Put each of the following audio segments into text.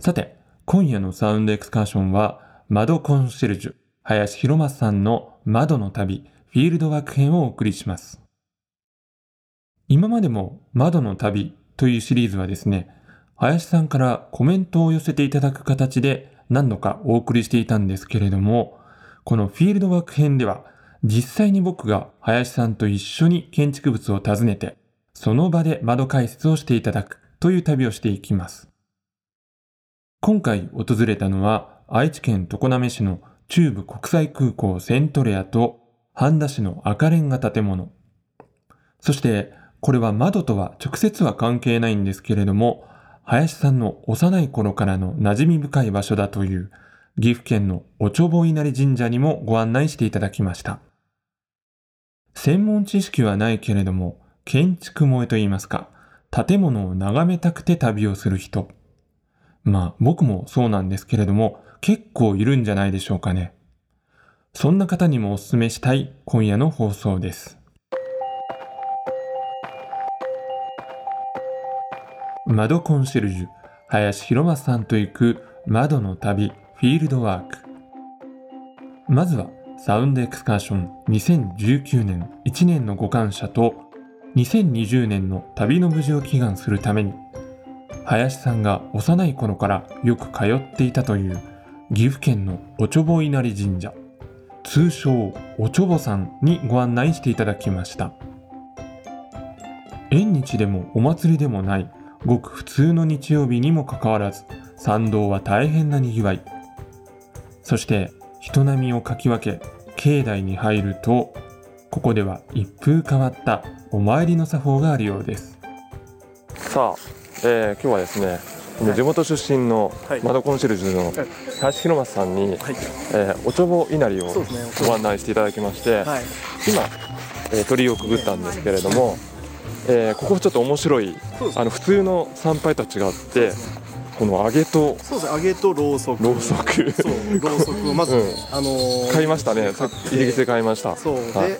さて、今夜のサウンドエクスカーションは、窓コンシェルジュ、林博正さんの窓の旅、フィールドワーク編をお送りします。今までも窓の旅というシリーズはですね、林さんからコメントを寄せていただく形で何度かお送りしていたんですけれども、このフィールドワーク編では、実際に僕が林さんと一緒に建築物を訪ねて、その場で窓解説をしていただくという旅をしていきます。今回訪れたのは愛知県常滑市の中部国際空港セントレアと半田市の赤レンガ建物。そしてこれは窓とは直接は関係ないんですけれども、林さんの幼い頃からの馴染み深い場所だという岐阜県のおちょぼ稲荷神社にもご案内していただきました。専門知識はないけれども、建築萌えといいますか、建物を眺めたくて旅をする人。まあ僕もそうなんですけれども、結構いるんじゃないでしょうかね。そんな方にもお勧めしたい今夜の放送です。窓コンシェルジュ、林博正さんと行く窓の旅、フィールドワーク。まずは、サウンドエクスカーション2019年1年の互換者と、2020年の旅の無事を祈願するために、林さんが幼い頃からよく通っていたという岐阜県のおちょぼ稲荷神社、通称おちょぼさんにご案内していただきました。縁日でもお祭りでもないごく普通の日曜日にもかかわらず参道は大変なにぎわいそして人波をかき分け境内に入るとここでは一風変わったお参りの作法があるようですさあ、えー今日はですねはい地元出身のはい窓コンシェルジュのい林博正さんに、はい、えーおちょぼ稲荷をそうですねご案内していただきまして、はい、今、えー鳥居をくぐったんですけれども、えーここちょっと面白いそうですあの普通の参拝とは違ってこの揚げとそうですね、揚げとろうそく。ろうそくそう、ろうそくをまず、うんあのー買いましたねさっ買っきて入り口で買いましたそう、で、はいこ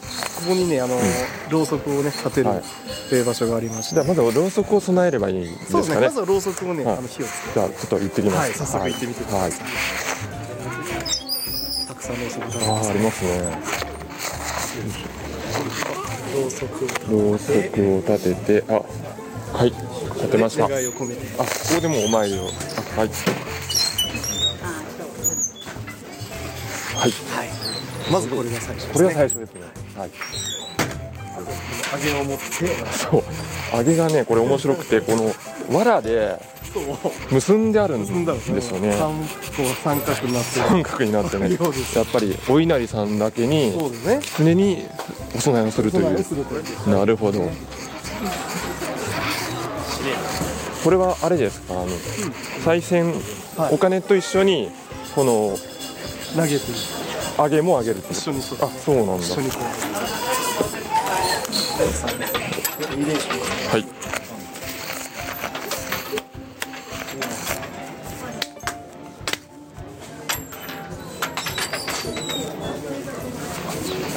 こにね、あのーろうそくをね、立てるはいという場所がありましじゃて。あまずはろうそくを備えればいいんですそうでかすね、ねまずはろうそくをね、はいあの火をつじけゃあちょっと行ってきて。ますはい、早速行ってみてください。たくさんろうそくがあはいあーありますり。ますねろうそくを立ろうそくを立ててあはい立ててましたあ願いを込めて。ここでもうお参りをあはいはいはい。まずこれが最初でこれすがね。最初ですねはい揚げを持って、そう揚げがねこれ面白くてこの藁でそう、結んであるん積んだんですね。ですよね三こう三角になってる。三角になってねそうですやっぱりお稲荷さんだけにそうですね。常にお供えをするとい備えをうするというなるほどこれはあれですかあの再銭はいお金と一緒にこの投げて揚げも揚げるって一緒にそうあそうなんだ一緒にこう。入れはい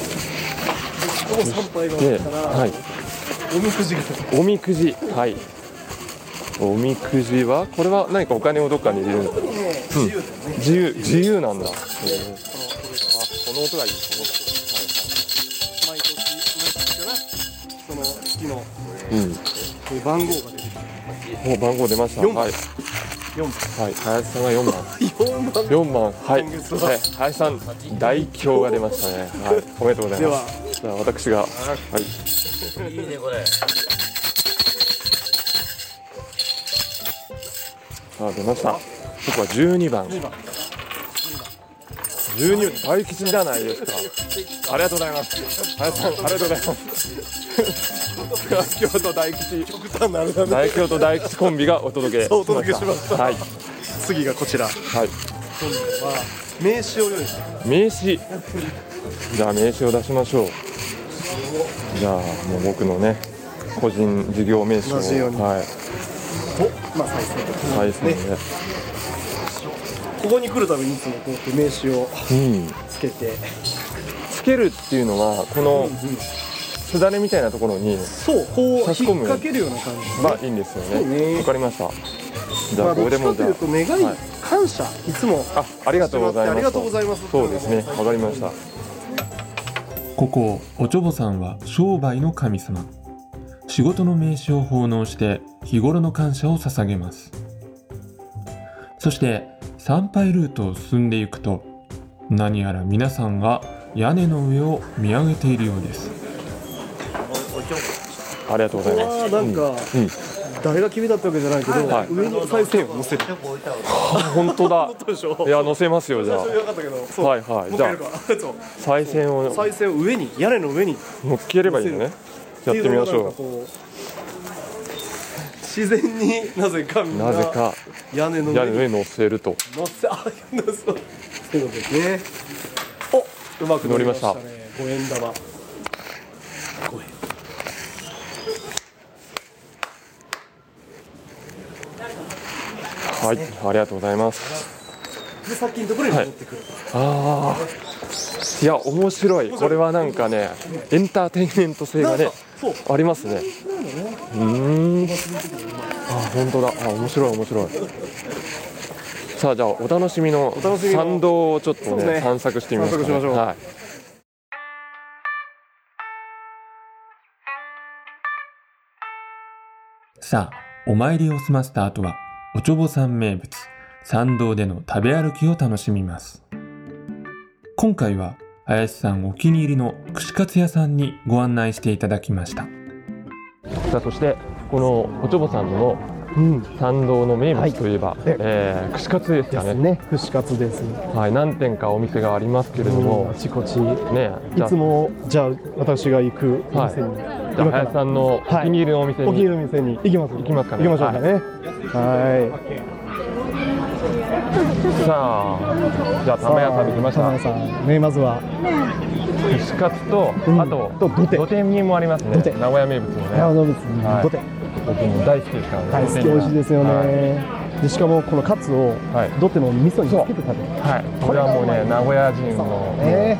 ここ参拝が終わで、ったら、はい、おみくじがおみくじはいおみくじはこれは何かお金をどっかに入れるんですか自由だよね。自由自由なんだ。あ、この音がいい。こ毎年毎年からその月ののうん。えー番号が出てもう番号出ました。四番はい。四番。はい。林さんが四番。四番。四番。はい。今月ははい。林さん大凶が出ましたね。はい。おめでとうございでまはす。じゃあ私がはい。さあ出ました。僕は十二番。二番。十二大吉じゃないですか。ありがとうございます。林さんありがとうございます。 京都大 吉。極端なあれだね。大京都大吉コンビがお届けしました。お届けしましたはい、次がこちら。はい、今度は名刺を用意してます。名刺。じゃあ名刺を出しましょう。じゃあもう僕のね、個人事業名刺を。同じようにはい、とまあ再生とはかい、そうね。ね。ここに来るたびにいつもこうやって名刺をうん。つけて。つけるっていうのは、このうんすだれみたいなところに。そう、こう差し込む引っ掛けるような感じ。まあいいんですよそうね。ねわかりました。じゃまああどここっでちもかじとゃいうと願い、はい感謝いつもあ、あありがとうございます。ありがとうございますそうですね。わかりました。ここおちょぼさんは商売の神様仕事の名刺を奉納して日頃の感謝を捧げますそして参拝ルートを進んでいくと何やら皆さんが屋根の上を見上げているようですありがとうございます。わあなんか、うん。誰が決めたってわけじゃないけど、はい上にお賽銭を乗せる本当だ。でしょいや乗せますよじ最ゃ初なかったけどあ。そう、はいはい。もう一じ回やゃるかそう あ再選を賽銭を上に屋根の上に乗っければいいのね。やってみましょうのがなんかこう自然になぜかみう。んなぜか屋根の屋上根のに上に乗せると。乗せあなそうそういうことですねおうまく乗りましたね五円玉五円はい。ありがとうございます。でさっきのところに戻ってくる、ああ。いや面白い。これはなんかねエンターテインメント性ながんかねそうありますね。うーん。あ本当だ。あ面白い面白い。さあじゃあお楽しみの楽しみの参道をちょっとそうねですね散策してみますか、ね。散策しましょうはい。さあお参りを済ませた後はおちょぼさん名物参道での食べ歩きを楽しみます今回は林さんお気に入りの串カツ屋さんにご案内していただきましたさあそしてこのおちょぼさんのうん参道の名は物いといえば、ええー串カツですでかすねね串カツですはい、何店かお店がありますけれどうんもあ、ちこちねじいゃあつもじゃあ私が行くお店に、じゃあ今から林さんのお気に入りのお店に、お気に入りの店に行きます行きますかね行きましょうかねはいさあじゃあ玉屋さんできまし玉た屋さんねまずは串カツと、うんあとと土手土手にもありますね土手名古屋名物のね山の物にはい土手僕も大好きですからね大好き美味しいですよね、はい、でしかもこのカツをはいどっても味噌につけて食べるはいこれはもうね名古屋人の、ね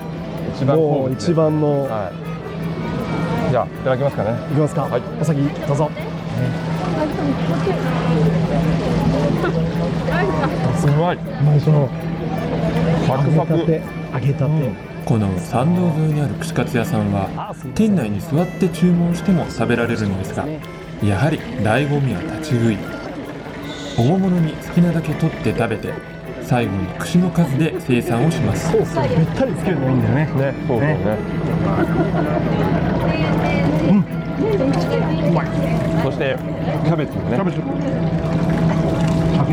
一番好も物うで一番の、はいじゃあいただきますかねい、きますか、はいお先どうぞすごいうまいでしょサ揚クげサたクて揚げたて、この参道沿いにある串カツ屋さんは店内に座って注文しても食べられるんですがやはり醍醐味は立ち食い大物に好きなだけ取って食べて最後に串の数で生産をしますソースをべったりつけるのがいいんだよねね、そうそうね。うん。そしてキャベツもね。キャベツ。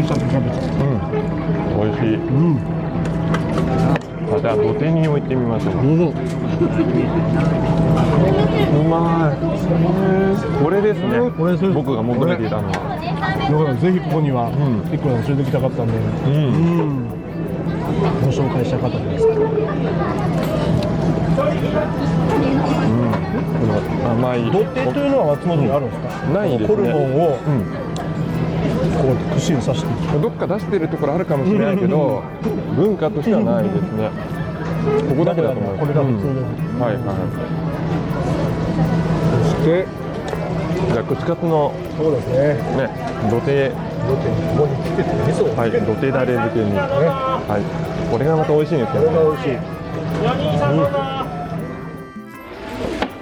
うん。美味しい。うん。じゃあ土手に置いてみましょう。うまい。これですね。これですね僕が求めていたのは。だからぜひここにはん一個教えてきたかったんで、うん。ご紹介したかったですこの甘い。土手というのは松本にあるんですか、ないですね。ホルモンをうん。こう串に刺してどっか出してるところあるかもしれないけど、文化としてはないですね。ここだけだと思う。これが普通うんの、はいはい。そして、じゃあ串カツのそうですねね、土手、土手にここにつけて味噌をはい、土手だれ漬けに、はい、これがまた美味しいんですよね。美味しい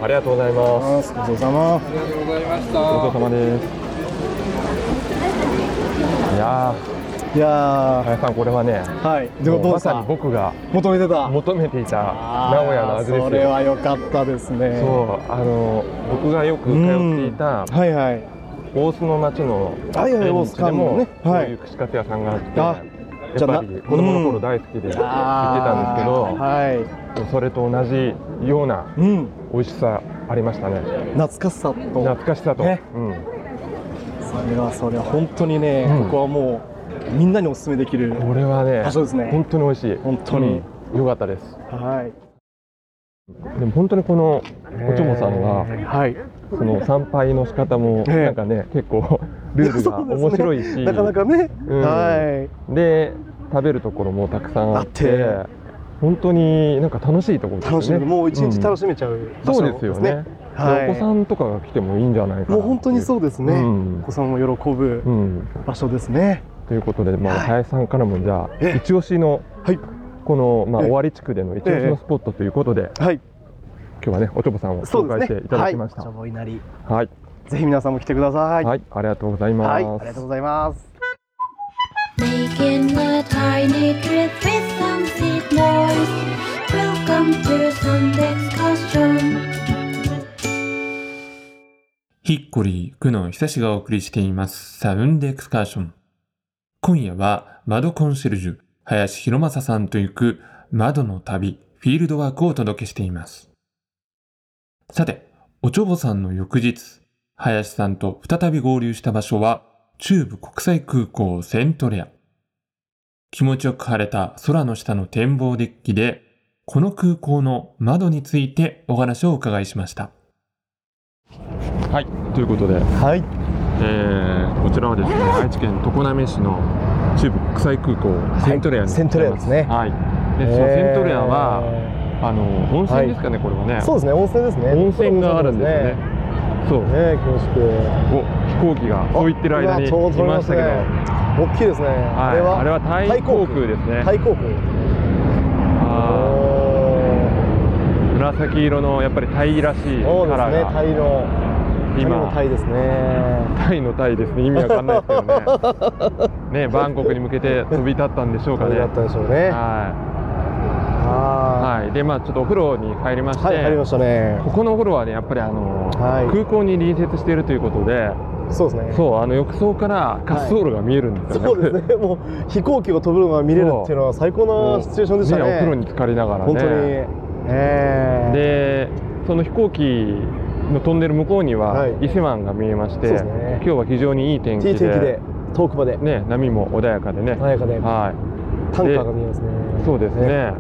ありがとうございます。あーごちそうさまごちそうさまです。いやいやー、林さん、これはね、ーはいでももうどうまでしたさに僕が求めてた求めていた名古屋の味ですよ。それは良かったですねそうあの僕がよく通っていたはいはい大須の町のはいはい縁大日須で観も音ねこうはいいう串カツ屋さんがあって、あじやゃっあなぱり子供の頃大好きで行ってたんですけど、はそれと同じようないうん美味しさありましたね懐かしさと懐かしさと、ねうん、それはそれは本当にね、うんここはもうみんなにお勧めできるこれはね場所ですね本当に美味しい本当にうん良かったですはいでも本当にこのおちょもさんははいその参拝の仕方もええなんかね結構ルールが面白いし、なかなかね、うんはいで食べるところもたくさんあってあ本当になんか楽しいところですよね楽しめるもう一日楽ししめちゃううん場所そうですよねお子さんとかが来てもいいんじゃないかなもう本当にそうですね、うおん子さんも喜ぶうん場所ですね、ということで、まあ、はい林さんからもじゃあええ一押しの、はいこの、まあ、ええ尾張地区での一押しええのスポットということで、はい今日はねおちょぼさんをそ紹うで介しすねていただきました、はい、じゃあもういなりはい、ぜひ皆さんも来てくださいはいありがとうございます、はい、ありがとうございます Making a tiny trip with some sweet noise. Welcome to Sunday's costume. ヒッコリー、久野久志がお送りしています。サウンドエクスカーション。今夜は、窓コンシェルジュ、林博正さんと行く窓の旅、フィールドワークをお届けしています。さて、おちょぼさんの翌日、林さんと再び合流した場所は、中部国際空港セントレア。気持ちよく晴れた空の下の展望デッキで、この空港の窓についてお話をお伺いしました。はいということで、はいえーこちらはですね愛知県常滑市の中部国際空港セントレアにセントレアですねはいでそのセントレアは、あの温泉ですかね、これはねえーそうですね温泉ですね温泉があるんですよねそうねえ恐縮お飛行機がそう言ってる間にあうわち来ょうどましたけど、撮れま大きいですね、はい、あれはあれはタイ航空ですねタイ航空あおー紫色のやっぱりタイらしいカーそうですラーねがタイのタイの今タイですねタイのタイですね意味わかんないですけど ねねバンコクに向けて飛び立ったんでしょうタかイねだったでしょうねは、はいはい、でまあちょっとお風呂に入りまして、はい、入りましたね。ここのお風呂はねやっぱりあの、はい空港に隣接しているということでそうですね。そうあの浴槽から滑走路が見えるんですよね、そうですね。もう飛行機を飛ぶのが見れるっていうのは最高もうなシチュエーションでしたね。お風呂に浸かりながらね本当に。ええでその飛行機の飛んでる向こうにははい伊勢湾が見えまして、そうですね今日は非常にいい天気いでい天気で遠くまでね、波も穏やかでね、華やかではい、タンカーが見えますね。そうですね。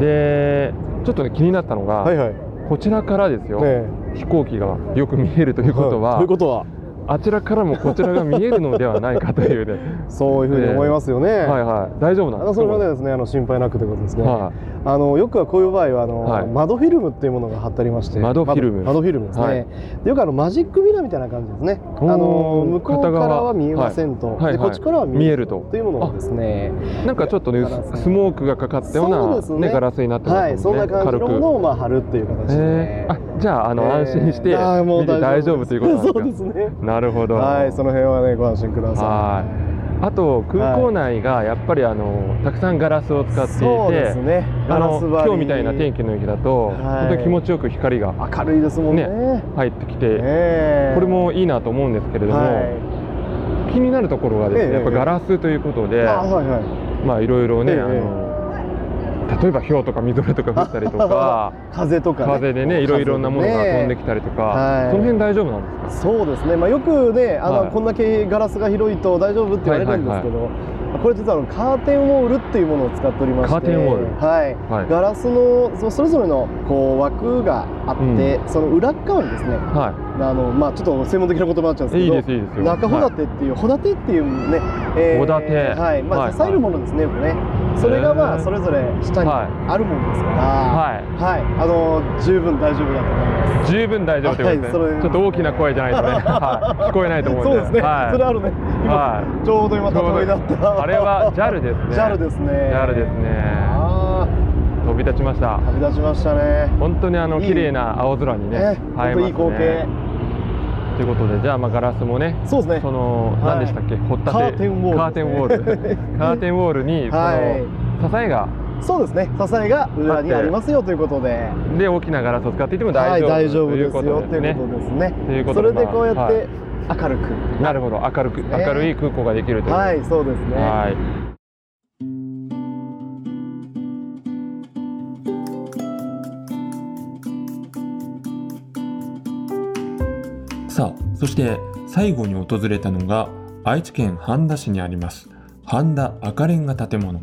でちょっとね気になったのが、はいはい。こちらからですよ、ね飛行機がよく見えるということは、いということはあちらからもこちらが見えるのではないかというねそういうふうに思いますよ ね。はいはい大丈夫なあんでのすかそれはねですねあの心配なくということですね、はあのよくはこういう場合はあの、はい窓フィルムっていうものが貼ってありまして窓フィルム窓窓フィルムですね、はいでよくあのマジックミラーみたいな感じですねあおーの向こうか片側らは見えませんと、いはいではこいっちからは見見ええるるとというものがですねいなんかちょっとねガラスススモークがかかったよそううな、ですねねガラスになってますもんね、はいそんな感じのものをまあ貼るっていう形ですねえー、あじゃああの、えー安心して見てあーもう大丈夫ということなんです かそうですねなるほどはいその辺はねご安心くださはいあと空港内がやっぱりあのたくさんガラスを使っいていて、そうですねあの今日みたいな天気気の日だと、はい本当に気持ちよく光が明るいですもんね入ってきて、ええこれもいいなと思うんですけれども、はい気になるところがですね、ええやっぱガラスということで、あはいはいまあいろいろね、ええあの例えば氷とかみぞれとか降ったり とか風とか、ね、風でねいろいろなものが飛んできてたりとか、はいその辺大丈夫なんですかそうですね、まあ、よくねあの、はいこんだけガラスが広いと大丈夫って言われるんですけど、これ実はあのカーテンウォールっていうものを使っておりましてカーテンウォールはい、はいガラスのそそれぞれのこう枠があって、その裏っ側にですねはいあの、まあ、ちょっと専門的な言葉になっちゃうんですいけいどですいいですよ。中はホいダテっていうホダテっていうね、ホダテはいまはあ、い支えるものですね、やっぱねそれがまへあーそれぞれ下にはあるものですから、ははい、あの十分大丈夫だと思います。い。十分大丈夫ということですね。はいそれちょっと大きな声じゃないとね、はい聞こえないと思うん そうで。ですね。はい。それあるね。今、はちょうど今ちょうど畳だった。あれは JAL ですね。 JAL ですね。 JAL ですね。あ飛び立ちましたあ、。旅立ちましたね。本当にあのいい綺麗な青空にね、ね、映本え当まいいす光景ね。。ということで、じゃあまあガラスもね。そうですそね。のはい何でしたっけ、掘ったてカーテンウォールカーテンウ ォールカーテンウォールにその支えがそうですね。支えが裏にありますよということで。で大きなガラスを使っていてもは大い、丈夫,、大丈夫といでうすこよととですいねうことですね。ということそでれでこうやまあっはいて明るく。なるほど明るくね明るい空港ができるという、はい、そうですね。はいさあそして最後に訪れたのが愛知県半田市にあります半田赤レンガ建物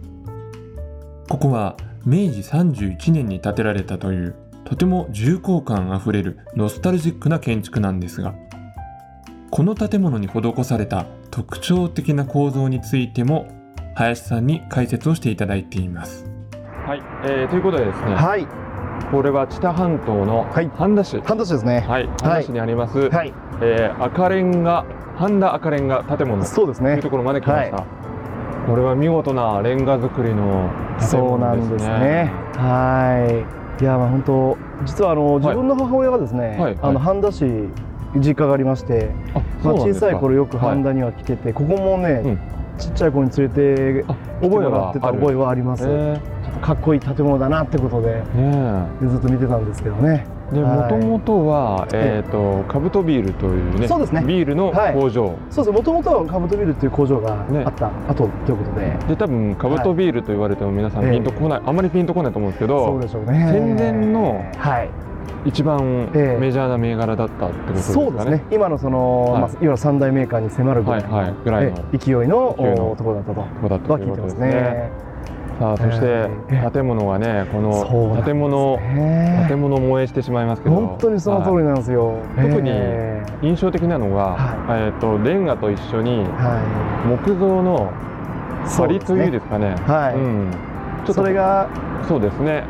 ここは明治31年に建てられたというとても重厚感あふれるノスタルジックな建築なんですがこの建物に施された特徴的な構造についても林さんに解説をしていただいていますはい、えーということでですね、はい、ここれは知多半島のはい半田市、半年ですね。はい、半田市にあります、はい。えー赤レンガ半田赤レンガ建物とそうですいうねと。ころまで来ました、これは見事なレンガ造りの建そうな物んでですすねね。はい。いや、まあ、本当、実はあの、自分の母親がですね、はいあの半田市。実家がありまして、あまそあ、うなんで小すかさい頃よくはい半田には来てて、ここもね、うんちっちゃい子に連れてあ来て覚えもらがってたある覚えはあります、えかっこいい建物だなってことでーねえずっと見てたんですけどねではもいともとは、えー、とカブトビールという,、ねそうですねビールのはい工場、そうですねもともとはカブトビルっていう工場がねあった後ということで、で多分カブトビールと言われても皆さんええピンとこない、あまりピンとこないと思うんですけそうどでしょうね戦前のはい一番ええメジャーな銘柄だったってことですかねそうですね今のその、はいまあ、いわゆる三大メーカーに迫るぐはらいい,、はいぐらいの勢いの勢いのおところだったととこだったはとい聞ういこてとまですすねねさあそしてええ建物がねこそうなんのですね建物、ね建物燃えしてしまいますけど本当にその通りはいなんですよ、特にえ印象的なのが、はえー、とレンガと一緒にえは木造のい張りそう付いでですかねすねはい、うん、ちょっとそれがそうですね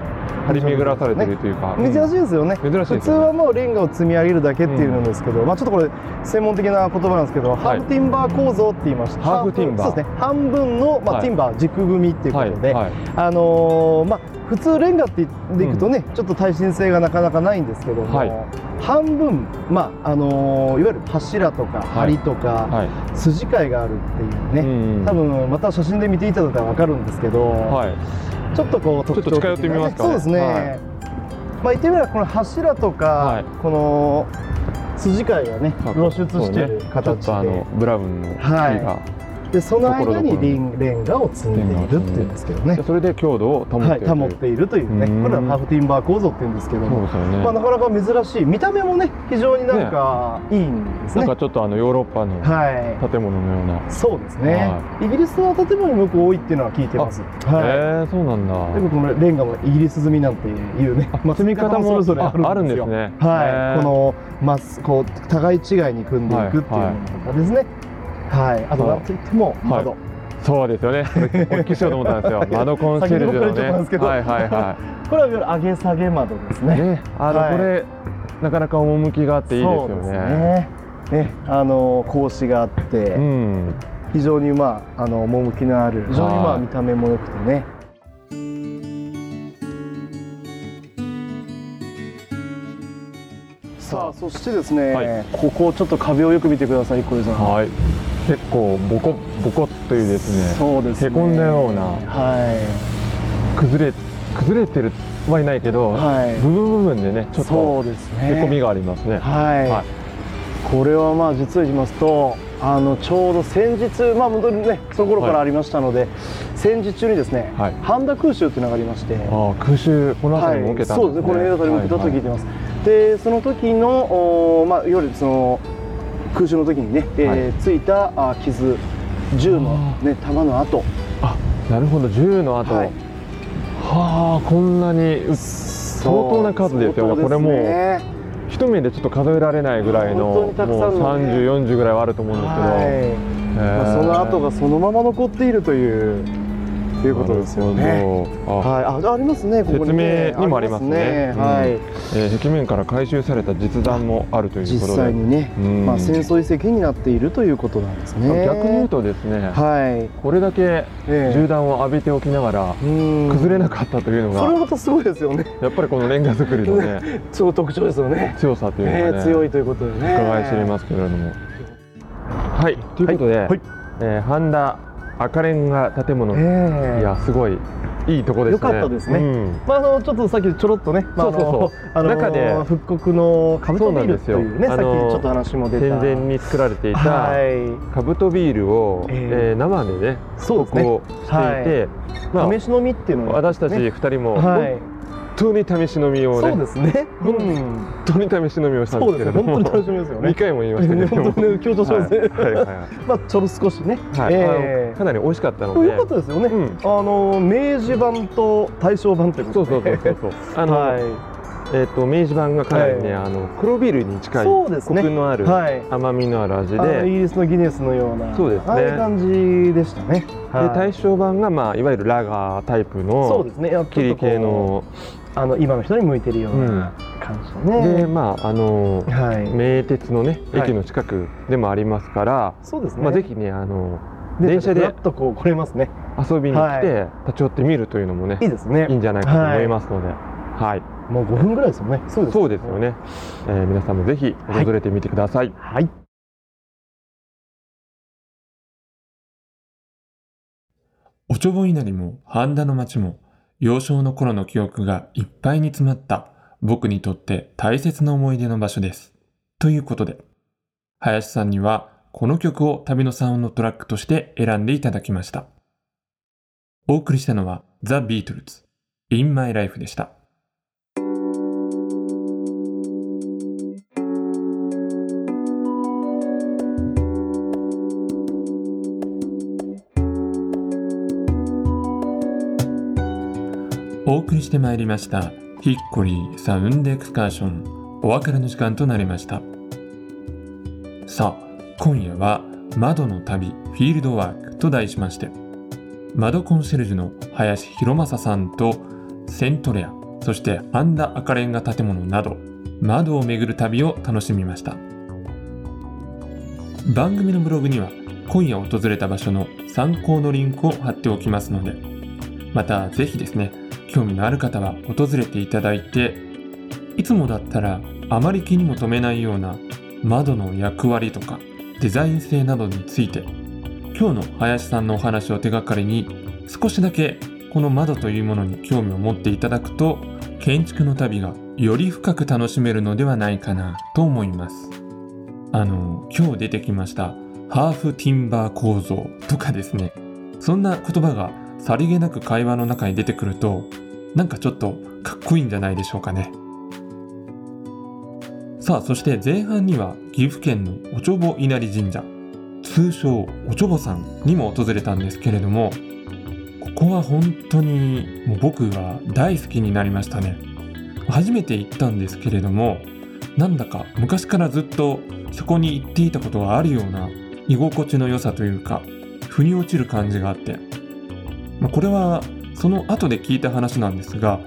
張り巡らされてるというか、珍しいですよね、珍しいですね普通はもうレンガを積み上げるだけっていうんですけど、まあちょっとこれ専門的な言葉なんですけど、ハーフティンバー構造って言いましたハーフティンバーそうですね半分の、まあはいティンバー軸組みっていうこはいとで、はいあのーまあ普通レンガっていでいくとね、ちょっと耐震性がなかなかないんですけども、はい半分まああのーいわゆる柱とか梁とか、はい筋交いがあるっていううね、ん多分また写真で見ていただいたらわかるんですけど、はいちょっとこう特徴的なちょっと近寄ってみますかそねうですね。まはいあ言ってみればこの柱とか、はいこの筋交いがねさあ露出してるそうねちょっ形で、とあのブラウンの木が、でその間ところどにころレンレンガを積んでいるっていうんですけどねで。それで強度を保ってはいい、るという、保っているというね、うんこれはハーフティンバー構造って言うんですけどそうも、ですよね、まあなかなか珍しい、見た目もね、非常になんかいいんですなんね。かちょっとあのヨーロッパのは建物のような、い、そうですね、はイギリスの建物もよく多いっていうのは聞いてます。はい。えー、そうなんだでもこのレンガもイギリス積みなんていうね、まあ積み方もそれぞれあるんですよ。ああるんですはねい、へーこのまずこう互い違いに組んでいくっていうはいのとかですね。はい、あとはいなんといっても窓、そうですよねそれお聞きしようと思ったんです よ窓コンシェルジュの先に僕から言っねちゃったんですけどはいはいはこれはいわゆる上げ下げ窓です いね。ねあの、はいこれなかなか趣があっていいですよそうですねね。ね、あの格子があって、うん非常にまああの趣のある、非常にまはあい見た目も良くてね。さあそしてですね、はいここちょっと壁をよく見てください、これさん。はい結構ボコボコっというですねそうですね。へこんだようなは崩れ崩れてるはいないけい。ど、はい。部分部分でねちょっそとうですへこみね。がありますねはい、はいこれはまあ実を言いますと、あのちょうど先日、まあ本当にね、その頃からありましたので、戦時中にですね、はい半田空襲っていうのがありまして、ああ空襲この辺りも受けたんそうですね、この辺りも受けたと聞いてます。で、その時の、おーまあいわゆるその空襲の時にね、えーはいついたあー傷、銃のね弾の跡、はいなるほど銃の後、ははいあこんなに相う相当な数ですよねこれもうね一目でちょっと数えられないぐらいの本当にたくさんのねもう3040ぐらいはあると思うんですけど、はい。へえまあ、その跡がそのまま残っているというということですよなるね。ほどあ、はい、あ、ありますね。ここにね説明にもありますねありますねえー壁面から回収された実弾もあるとはい、いうこ実とで際にね、うんまあ、戦争遺跡になっているということなんですね。逆に言うとですね、はい、これだけえ銃弾を浴びておきながらうん崩れなかったというのそれがまたすごいですよね。 やっぱりこのレンガ作りのねその特徴ですよね。強さというねのがね強いということでね。伺い知れますけれども。はいということで、はいえー、半田赤レンガ建物、ええいやすごいいいとこですね。よかったですねうんまあ、あのちょっとさっきちょろっとね、まあ、そうそうそうあの中であの復刻のカブトビールというねそさうなんですよっきちあのょっと話も出た戦前に作られていたはいカブトビールを、ええーー生でねそうですねをしていて、試し飲みっていうのまあ、が私たちね二人もはい本、当に試し飲みをね、そうですね。うん、本当に試し飲みをしたんそですうですけれね。本ど当もに楽しみですよ2ね。回も言いましたけれねども本当に強調しますね。はいはいはいまあちょろ少しね。はいえあのえかなり美味しかったのとでいうことですよね。うんあの明治版と大正版というこそとうで。そうそうそうそうあの、はえっ、と明治版がかなりえね、えあの黒ビールにい。近いそうですコクね。のある、はい。甘みのある味であのイギリスのギネスのようなそうですねああいう感じでしたね。ではい大正版がまあいわゆるラガータイプそうのですね。いやちょっとこう霧系のあの今の人に向いてるような感じだね、でまああのーはい名鉄のねはい駅の近くでもありますから、そうですね、まあ、ぜひねあの電電車車ででやっとこう来れますね遊びに来て、は立ち寄ってみるというのもねいいですねいいんじゃないかと思いますので、はいもう5分ぐらいですよねそうですそうですよね、えー皆さんもぜひ訪れてみてください、はいおちょぼ稲荷も半田の町も幼少の頃の記憶がいっぱいに詰まった僕にとって大切な思い出の場所です。ということで、林さんにはこの曲を旅のサウンドトラックとして選んでいただきました。お送りしたのはザ・ビートルズ In My Life でした。お送りしてまいりましたヒッコリーサウンドエクスカーションお別れの時間となりましたさあ今夜は窓の旅フィールドワークと題しまして窓コンシェルジュの林博正さんとセントレアそしてアンダ赤レンガ建物など窓を巡る旅を楽しみました番組のブログには今夜訪れた場所の参考のリンクを貼っておきますのでまたぜひですね興味のある方は訪れていただいていつもだったらあまり気にも留めないような窓の役割とかデザイン性などについて今日の林さんのお話を手がかりに少しだけこの窓というものに興味を持っていただくと建築の旅がより深く楽しめるのではないかなと思いますあの今日出てきましたハーフティンバー構造とかですねそんな言葉がさりげなく会話の中に出てくるとなんかちょっとかっこいいんじゃないでしょうかねさあそして前半には岐阜県のおちょぼ稲荷神社通称おちょぼさんにも訪れたんですけれどもここは本当にもう僕は大好きになりましたね初めて行ったんですけれどもなんだか昔からずっとそこに行っていたことがあるような居心地の良さというか腑に落ちる感じがあってまあ、これはその後で聞いた話なんですが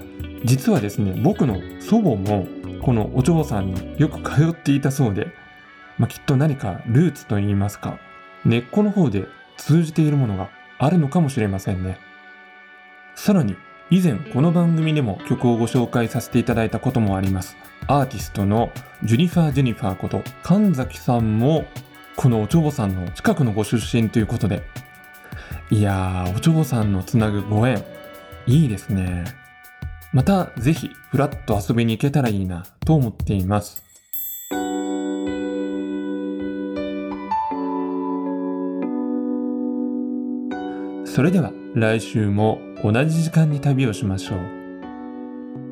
実はですね僕の祖母もこのお嬢さんによく通っていたそうで、まあ、きっと何かルーツといいますか根っこの方で通じているものがあるのかもしれませんねさらに以前この番組でも曲をご紹介させていただいたこともありますアーティストのジュニファー・ジュニファーこと神崎さんもこのお嬢さんの近くのご出身ということでいやー、おちょぼさんのつなぐご縁、いいですね。また、ぜひ、ふらっと遊びに行けたらいいな、と思っています。それでは、来週も同じ時間に旅をしましょう。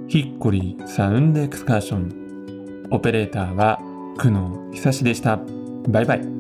ヒッコリーサウンドエクスカーション。オペレーターは、久野久志でした。バイバイ。